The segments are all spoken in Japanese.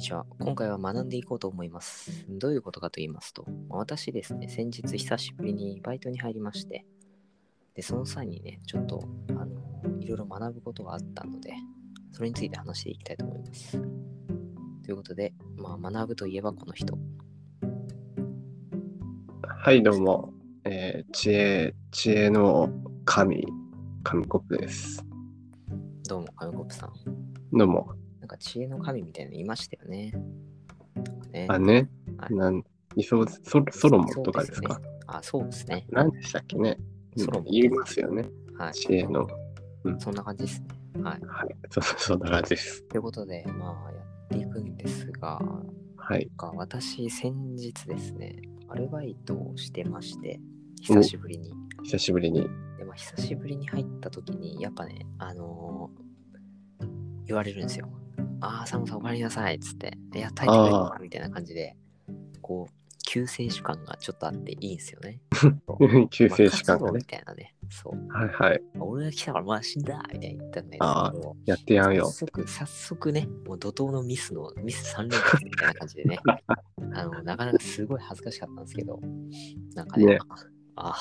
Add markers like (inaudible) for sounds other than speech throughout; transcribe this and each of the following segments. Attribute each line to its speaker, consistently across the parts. Speaker 1: ちは。今回は学んでいこうと思います。どういうことかと言いますと、まあ私ですね、先日久しぶりにバイトに入りまして、で、その際にね、ちょっと、あの、いろいろ学ぶことがあったので、それについて話していきたいと思います。ということで、まあ、学ぶといえばこの人。
Speaker 2: はい、どうも。えー知恵、知恵の神、神コップです。
Speaker 1: どうも、カムコップさん。
Speaker 2: どうも。
Speaker 1: なんか知恵の神みたいなのいましたよね。なんかね
Speaker 2: あ、ね、
Speaker 1: はい
Speaker 2: なん、いそう、ソソロモンとかです
Speaker 1: そ
Speaker 2: か
Speaker 1: うねあ、そうですね。
Speaker 2: 何でしたっけね
Speaker 1: ソロモン
Speaker 2: 言いますよね。
Speaker 1: はい。
Speaker 2: 知恵の。
Speaker 1: そんな感じですね。はい。
Speaker 2: はい、そうそう、そんな感じです。
Speaker 1: ということで、まあ、やっていくんですが、
Speaker 2: はい。
Speaker 1: なんか私、先日ですね、アルバイトをしてまして、
Speaker 2: お
Speaker 1: 久しぶりに。
Speaker 2: 久しぶりに。 (laughs)
Speaker 1: で、まあ、久しぶりに入った時に、やっぱね、あのー言われるんですよ。ああ、サムさん、おかえりなさい、つって。いや、タイトル
Speaker 2: あ
Speaker 1: みたいな感じで、こう、救世主感がちょっとあっていいんですよね。
Speaker 2: 救世主感
Speaker 1: まあ勝つぞ
Speaker 2: が
Speaker 1: み
Speaker 2: ね。
Speaker 1: たいなね。そう。
Speaker 2: はいはい。
Speaker 1: 俺が来たからまあ死んだみたいに言ったんだけ
Speaker 2: あ
Speaker 1: ど、
Speaker 2: やってやん
Speaker 1: 早
Speaker 2: よ。
Speaker 1: 速、早速ね、もう怒涛のミスの、ミス3連発みたいな感じで
Speaker 2: (laughs)
Speaker 1: ね、あの、なかなかすごい恥ずかしかったんですけど、なんかね、
Speaker 2: ね
Speaker 1: あ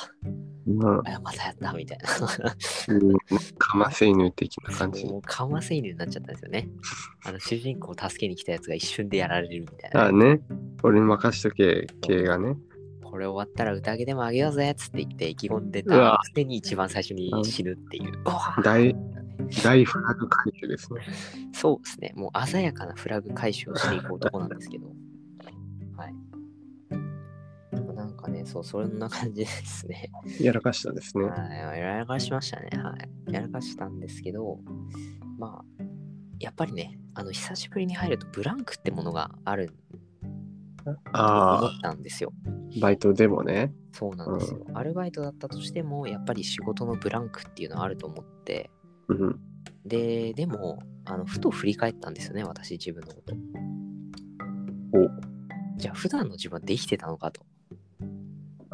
Speaker 2: うん。
Speaker 1: あ、またやったみたいな。
Speaker 2: うんかませ犬的な感じ
Speaker 1: も。うかませ犬になっちゃったんですよね。あの、主人公を助けに来たやつが一瞬でやられるみたいな。
Speaker 2: あね。俺に任しとけ、系がね。
Speaker 1: これ終わったら宴でもあげようぜっつって言って意気込んで
Speaker 2: う
Speaker 1: た
Speaker 2: わ
Speaker 1: くせに一番最初に死ぬっていう。うわー
Speaker 2: 大、大フラグ回収ですね。
Speaker 1: そうですね、もう鮮やかなフラグ回収をしていく男なんです (laughs) けど、はい。まあなんかね、そう、それの感じですね。
Speaker 2: やらかしたですね。
Speaker 1: はい、やらかしましたね、はい。やらかしたんですけど、まあ、やっぱりね、あの、久しぶりに入るとブランクってものがあると思
Speaker 2: あ
Speaker 1: ったんですよ。
Speaker 2: あ、バイトでもね。
Speaker 1: そうなんですよ。アルバイトだったとしても、やっぱり仕事のブランクっていうのはあると思って、
Speaker 2: うん。
Speaker 1: で、でも、あの、ふと振り返ったんですよね、私自分のこと。
Speaker 2: お
Speaker 1: じゃあ、普段の自分はできてたのかと。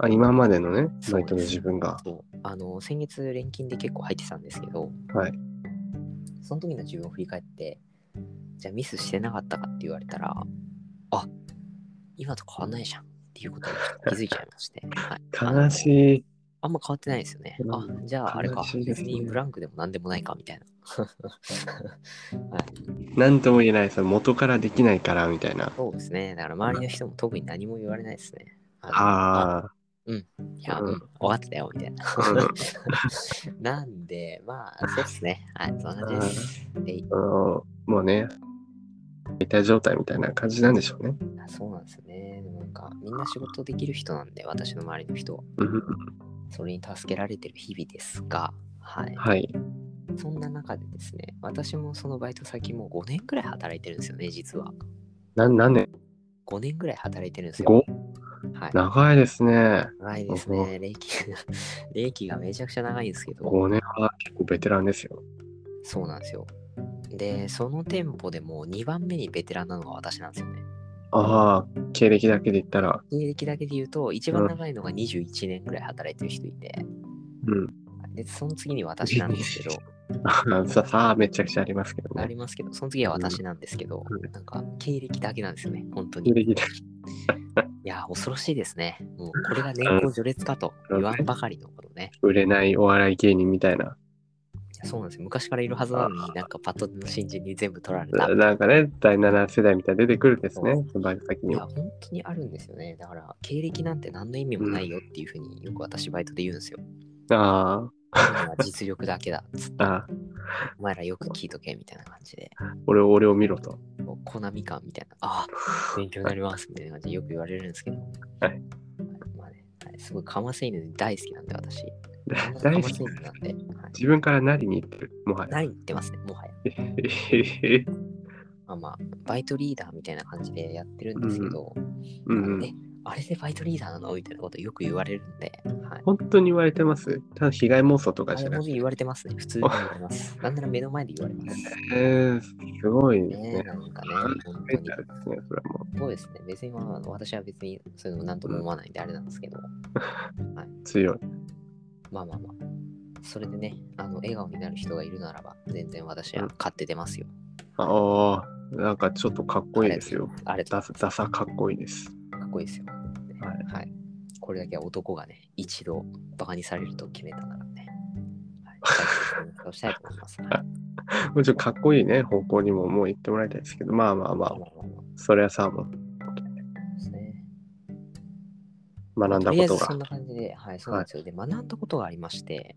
Speaker 2: あ今までのね、
Speaker 1: そうです
Speaker 2: バイトの自分が。
Speaker 1: そうあの先月連勤で結構入ってたんですけど、
Speaker 2: はい
Speaker 1: その時の自分を振り返ってじゃあミスしてなかったかって言われたらあ今と変わんないじゃんっていうことに気づいちゃいま
Speaker 2: (laughs)
Speaker 1: して、はい、
Speaker 2: 悲
Speaker 1: い
Speaker 2: しい。
Speaker 1: あのあんま変わってないですよね
Speaker 2: うん
Speaker 1: あじゃああれか
Speaker 2: 悲しいで
Speaker 1: 別
Speaker 2: すね
Speaker 1: にブランクでも何でもないかみたいな
Speaker 2: なんとも言えない、その元からできないからみたいな。
Speaker 1: そうですねだから周りの人も特に何も言われないですねあの
Speaker 2: あ
Speaker 1: いや、
Speaker 2: うん
Speaker 1: うん、終わってたよみたいな (laughs)
Speaker 2: あ、うん
Speaker 1: なんでまあそうですねはいそんな感じですえい
Speaker 2: あのもうね、痛い状態みたいな感じなんでしょうね。
Speaker 1: あそうなんですよね。でもなんか、みんな仕事できる人なんで、私の周りの人は。
Speaker 2: うん
Speaker 1: それに助けられてる日々ですが、はい。
Speaker 2: はい。
Speaker 1: そんな中でですね、私もそのバイト先も5年くらい働いてるんですよね、実は。
Speaker 2: な何年
Speaker 1: 5年くらい働いてるんですよ。
Speaker 2: ?5?
Speaker 1: はい。
Speaker 2: 長いですね。
Speaker 1: 長いですね。歴が、 (laughs) 歴がめちゃくちゃ長いんですけど、
Speaker 2: 5年は結構ベテランですよ。
Speaker 1: そうなんですよ。で、その店舗でも2番目にベテランなのが私なんですよね。
Speaker 2: ああ、経歴だけで言ったら。
Speaker 1: 経歴だけで言うと、一番長いのが21年くらい働いてる人いて、
Speaker 2: うん。 (laughs)
Speaker 1: で、その次に私なんですけど、
Speaker 2: ささあ、めちゃくちゃありますけど
Speaker 1: あ
Speaker 2: ね。
Speaker 1: りますけど、その次は私なんですけど、
Speaker 2: うん
Speaker 1: なんか経歴だけなんですよね、本当に。
Speaker 2: 経
Speaker 1: い
Speaker 2: 歴だ
Speaker 1: や、恐ろしいですね。もうこれが年功序列かと言わんばかりのことね。
Speaker 2: 売れないお笑い芸人みたいな。
Speaker 1: いやそうなんですよ。昔からいるはずなのに、なんかパッとの新人に全部取られた。
Speaker 2: なんかね、第7世代みたいな出てくるんですね、バイト先
Speaker 1: い
Speaker 2: に
Speaker 1: や、
Speaker 2: は。
Speaker 1: 本当にあるんですよね。だから、経歴なんて何の意味もないよっていうふうによく私バイトで言うんですよ。
Speaker 2: あ
Speaker 1: あるのは実力だけだ。つって
Speaker 2: あ、ああ、
Speaker 1: お前らよく聞いとけみたいな感じで、
Speaker 2: 俺を俺を見ろと。
Speaker 1: こうコナミ感みたいな、ああ、勉強になりますみたいな感じでよく言われるんですけど。
Speaker 2: はい
Speaker 1: まあね、はいすごいかませ犬大好きなんで
Speaker 2: (laughs)
Speaker 1: 私。
Speaker 2: 大
Speaker 1: 大
Speaker 2: 好
Speaker 1: 好
Speaker 2: き
Speaker 1: き。なんで、はい、
Speaker 2: 自分からなりに行ってる、も (laughs) はや。
Speaker 1: 何言ってますね、もはや。まあまあ、バイトリーダーみたいな感じでやってるんですけど、
Speaker 2: う
Speaker 1: あの
Speaker 2: ん、
Speaker 1: ねあれでバイトリーダーなのみたいなことよく言われるんで、はい。
Speaker 2: 本当に言われてますただ被害妄想とか
Speaker 1: あ
Speaker 2: じ
Speaker 1: れ
Speaker 2: ゃな
Speaker 1: も
Speaker 2: くて。
Speaker 1: 言われてますね、普通に言われ
Speaker 2: (laughs)
Speaker 1: ます。なんなら目の前で言われます。
Speaker 2: えー、すごいです
Speaker 1: ね
Speaker 2: (laughs) ね
Speaker 1: え、。なんかね、本
Speaker 2: メ
Speaker 1: 当に
Speaker 2: ンタ。ルですね、それはも
Speaker 1: そうですね、別に、まああの、私は別にそういうのなんとも思わないんであれなんですけど、
Speaker 2: う強い。
Speaker 1: まあまあまあ、それでね、あの笑顔になる人がいるならば、全然私は買って出ますよ。
Speaker 2: ああ、なんかちょっとかっこいいですよ。
Speaker 1: あれと
Speaker 2: ダ
Speaker 1: か
Speaker 2: サダサかっこいいです。
Speaker 1: っこいいですよ、ね
Speaker 2: はい
Speaker 1: はい。これだけは男がね、一度バカにされると決めたからね。はい。
Speaker 2: (laughs)
Speaker 1: そうしたいと思います。はい
Speaker 2: もちろんかっこいいね、方向にももう行ってもらいたいですけど、まあまあまあ、それはさ、もう
Speaker 1: ですね
Speaker 2: 学んだ
Speaker 1: とりあ
Speaker 2: こ
Speaker 1: えず
Speaker 2: と
Speaker 1: そ
Speaker 2: が
Speaker 1: ん。な感じで、はい、そうなんですよ。で、学んだことがありまして、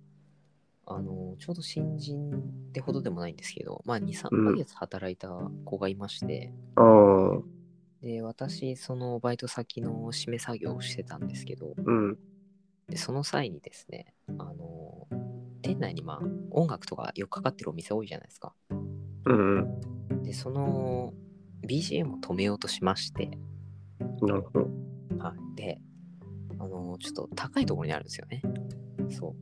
Speaker 1: あの、ちょうど新人ってほどでもないんですけど、まあ、2、3ヶ月働いた子がいまして、
Speaker 2: うん、
Speaker 1: で、私、そのバイト先の締め作業をしてたんですけど、
Speaker 2: うん、
Speaker 1: でその際にですね、あの、店内にまあ、音楽とかよくかかってるお店多いじゃないですか。
Speaker 2: うん、うん。
Speaker 1: で、その、BGM を止めようとしまして、
Speaker 2: なるほど。
Speaker 1: はい、で、あの、ちょっと高いところにあるんですよね。そう。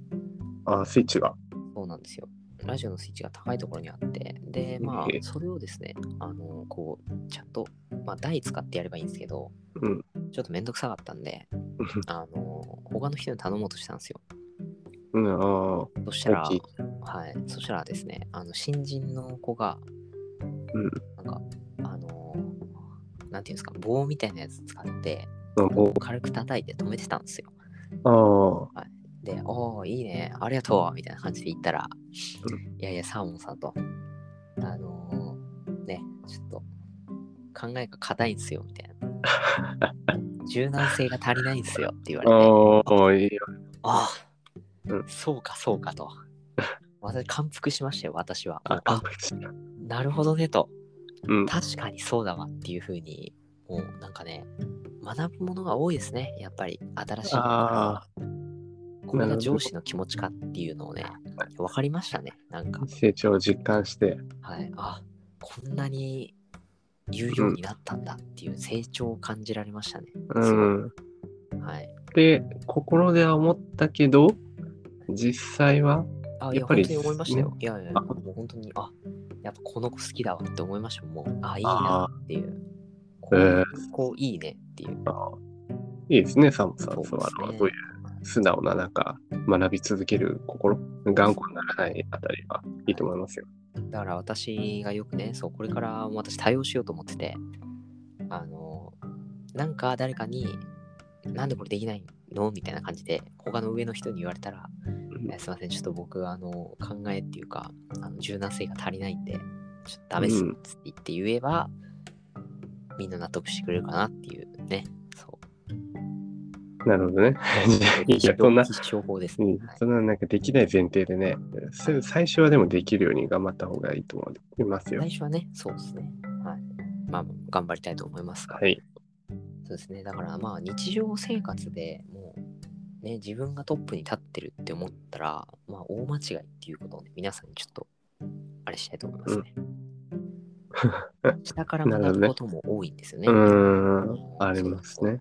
Speaker 2: ああ、スイッチが。
Speaker 1: そうなんですよ。ラジオのスイッチが高いところにあって、で、まあ
Speaker 2: ええ、
Speaker 1: それをですね、あの、こう、ちゃんと、まあ、台使ってやればいいんですけど、
Speaker 2: うん (laughs)
Speaker 1: ちょっとめんどくさかったんで、あの、他の人に頼もうとしたんですよ。
Speaker 2: うん、ああ、
Speaker 1: そしたら、
Speaker 2: 大きい
Speaker 1: はい、そしたらですね、あの、新人の子が、
Speaker 2: うん
Speaker 1: なんか、あの、なんていうんですか、棒みたいなやつ使って、
Speaker 2: あも
Speaker 1: 軽く叩いて止めてたんですよ。
Speaker 2: う、あ
Speaker 1: で、おお、いいね、ありがとう、みたいな感じで言ったら、
Speaker 2: う
Speaker 1: いやいや、サーモンさんと、あのーね、ちょっと、考えが硬いんすよ、みたい
Speaker 2: (laughs)
Speaker 1: な。柔軟性が足りないんすよって言わ
Speaker 2: あ、
Speaker 1: れて、
Speaker 2: ああ、いいよ。
Speaker 1: ああ、
Speaker 2: うん
Speaker 1: そうか、そうかと。私、感服しましたよ、私は。もう
Speaker 2: あ、
Speaker 1: あ、なるほどねと。
Speaker 2: うん、
Speaker 1: 確かにそうだわっていうふうに、もうなんかね、学ぶものが多いですね、やっぱり、新しいものが
Speaker 2: あ
Speaker 1: これが上司の気持ちかっていうのをね、分かりましたね。なんか
Speaker 2: あ、、成長を実感して、
Speaker 1: はい。あ、こんなに有用になったんだっていう成長を感じられましたね。
Speaker 2: うん。
Speaker 1: はい。
Speaker 2: って心では思ったけど実際は
Speaker 1: あ、い
Speaker 2: や
Speaker 1: や、
Speaker 2: っぱ
Speaker 1: 本
Speaker 2: り
Speaker 1: 当に思いましたよ。いやいや、
Speaker 2: あ
Speaker 1: もう本当に、あ、やっぱこの子好きだわって思いましたもん。もう、あ、いいなっていう。こ
Speaker 2: えー
Speaker 1: う、こういいねっていう。
Speaker 2: いいですね、サムさん。
Speaker 1: そう
Speaker 2: そ
Speaker 1: です
Speaker 2: う
Speaker 1: ね
Speaker 2: あのそういう素直な中、学び続ける心、頑固にならないあたりがいいと思いますよ。
Speaker 1: だから私がよくね、そう、これからも私対応しようと思ってて、あの、なんか誰かに、なんでこれできないのみたいな感じで、他の上の人に言われたら、
Speaker 2: うん
Speaker 1: えすいません、ちょっと僕、あの、考えっていうか、あの柔軟性が足りないんで、ちょっとダメです
Speaker 2: うん
Speaker 1: つって言って言えば、みんな納得してくれるかなっていうね、そう。
Speaker 2: なるほどね。 (laughs) いや、そんな、
Speaker 1: 必勝法です
Speaker 2: う
Speaker 1: ね。
Speaker 2: ん
Speaker 1: はい
Speaker 2: そんななんかできない前提でね、す最初はでもできるように頑張った方がいいと思いますよ
Speaker 1: 最。初はね、そうですね。はい。まあ、頑張りたいと思いますが、
Speaker 2: はい。
Speaker 1: そうですね。だから、まあ、日常生活でもう、ね、自分がトップに立ってるって思ったら、まあ、大間違いっていうことをね、皆さんにちょっと、あれしたいと思います
Speaker 2: (laughs)
Speaker 1: ね。下から
Speaker 2: なるほ
Speaker 1: 学
Speaker 2: ど
Speaker 1: ぶ
Speaker 2: ね
Speaker 1: ことも多いんですよね。
Speaker 2: うーん、ありますね。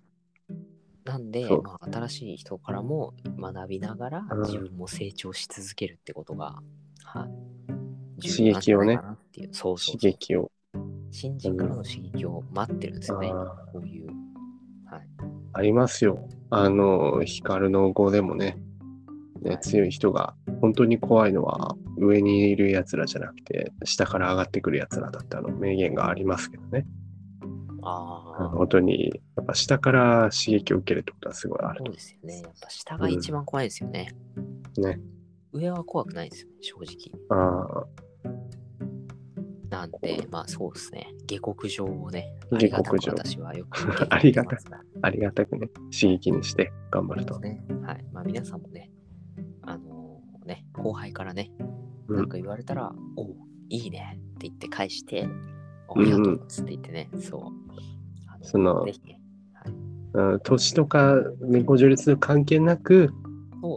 Speaker 1: なんで
Speaker 2: そう、
Speaker 1: まあ、新しい人からも学びながら
Speaker 2: うん
Speaker 1: 自分も成長し続けるってことが、はい、
Speaker 2: 刺激
Speaker 1: 重要なんじゃ
Speaker 2: をね
Speaker 1: ないかなっていうそうそう
Speaker 2: 刺
Speaker 1: そう
Speaker 2: 激を。
Speaker 1: 新人からの刺激を待ってるんですよね、
Speaker 2: あー
Speaker 1: こういう、はい、
Speaker 2: ありますよ。あの、ヒカルの語でもね、
Speaker 1: は
Speaker 2: ね
Speaker 1: い
Speaker 2: 強い人が、本当に怖いのは上にいるやつらじゃなくて、下から上がってくるやつらだってあの名言がありますけどね。
Speaker 1: あ
Speaker 2: あ
Speaker 1: あ
Speaker 2: の本当に、やっぱ下から刺激を受けるってことはすごいある
Speaker 1: そうですよねやっぱ下が一番怖いですよね、
Speaker 2: とね。
Speaker 1: 上は怖くないですよね正直
Speaker 2: ああ
Speaker 1: なんでまあそうですね下克上をねあ
Speaker 2: 下
Speaker 1: りがたく
Speaker 2: 克上
Speaker 1: 私はよく受け
Speaker 2: (laughs) ありが
Speaker 1: て
Speaker 2: た
Speaker 1: ますが
Speaker 2: ありがたくね、刺激にして頑張る
Speaker 1: そう
Speaker 2: と。
Speaker 1: ですね。はい。まあ皆さんもね、あのね、後輩からね、
Speaker 2: うん
Speaker 1: なんか言われたら、おういいねって言って返して、お
Speaker 2: う
Speaker 1: あ
Speaker 2: ん
Speaker 1: りがとうっつって言ってね、そう。あ
Speaker 2: その
Speaker 1: ぜひね、
Speaker 2: うん、年とか猫序列関係な
Speaker 1: そうで
Speaker 2: く、
Speaker 1: す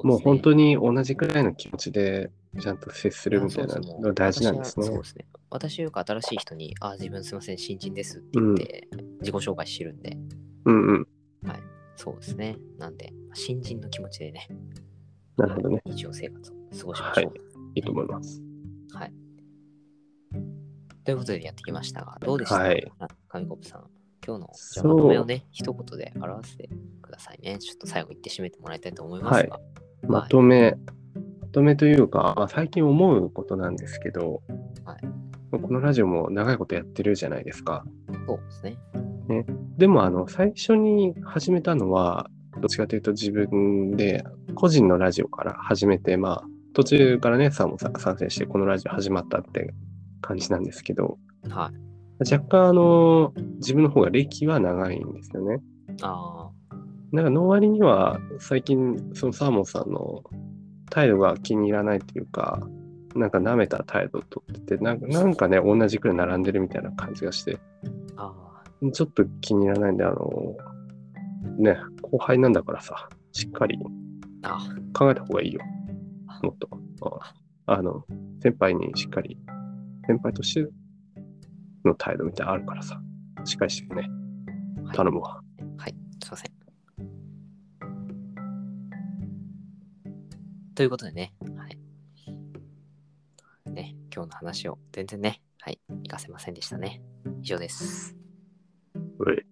Speaker 1: ね
Speaker 2: もう本当に同じくらいの気持ちでちゃんと接するみたいな
Speaker 1: あそうそう
Speaker 2: の大事なんですね
Speaker 1: 私はそ。うですね。私はよく新しい人に、あ、自分すいません、新人ですって言って、自己紹介してるんで、
Speaker 2: うんうん。
Speaker 1: そうですね。なんで、新人の気持ちでね、
Speaker 2: なるほどね。
Speaker 1: 日常生活を過ごしましょう。
Speaker 2: はいいいと思います。
Speaker 1: はい。ということでやってきましたが、どうでしたか、
Speaker 2: はい
Speaker 1: あ紙コップさん。今日のじゃあ
Speaker 2: そう
Speaker 1: まとめをね、一言で表してくださいね。ちょっと最後言って締めてもらいたいと思いますが。
Speaker 2: まとめ、まとめというか、まあ最近思うことなんですけど、
Speaker 1: はい
Speaker 2: このラジオも長いことやってるじゃないですか。
Speaker 1: そうですね。
Speaker 2: でもあの最初に始めたのはどっちかというと自分で個人のラジオから始めてまあ途中からねサーモンさんが参戦してこのラジオ始まったって感じなんですけど
Speaker 1: はい。
Speaker 2: 若干あの自分の方が歴は長いんですよね。
Speaker 1: あ
Speaker 2: なんかの割には最近そのサーモンさんの態度が気に入らないというかなんか舐めた態度とっててなんかなんかね同じくらい並んでるみたいな感じがして
Speaker 1: あ、あ
Speaker 2: ちょっと気に入らないんで、あの、ね、後輩なんだからさ、しっかり
Speaker 1: あ、あ
Speaker 2: 考えた方がいいよ。もっと。ああの、先輩にしっかり、先輩としての態度みたいなのあるからさ、しっかりしてね、
Speaker 1: あ、はい
Speaker 2: 頼むわ。
Speaker 1: はい、すいません。ということでね、はい。ね、今日の話を全然ね、はい、活かせませんでしたね。以上です。
Speaker 2: うえ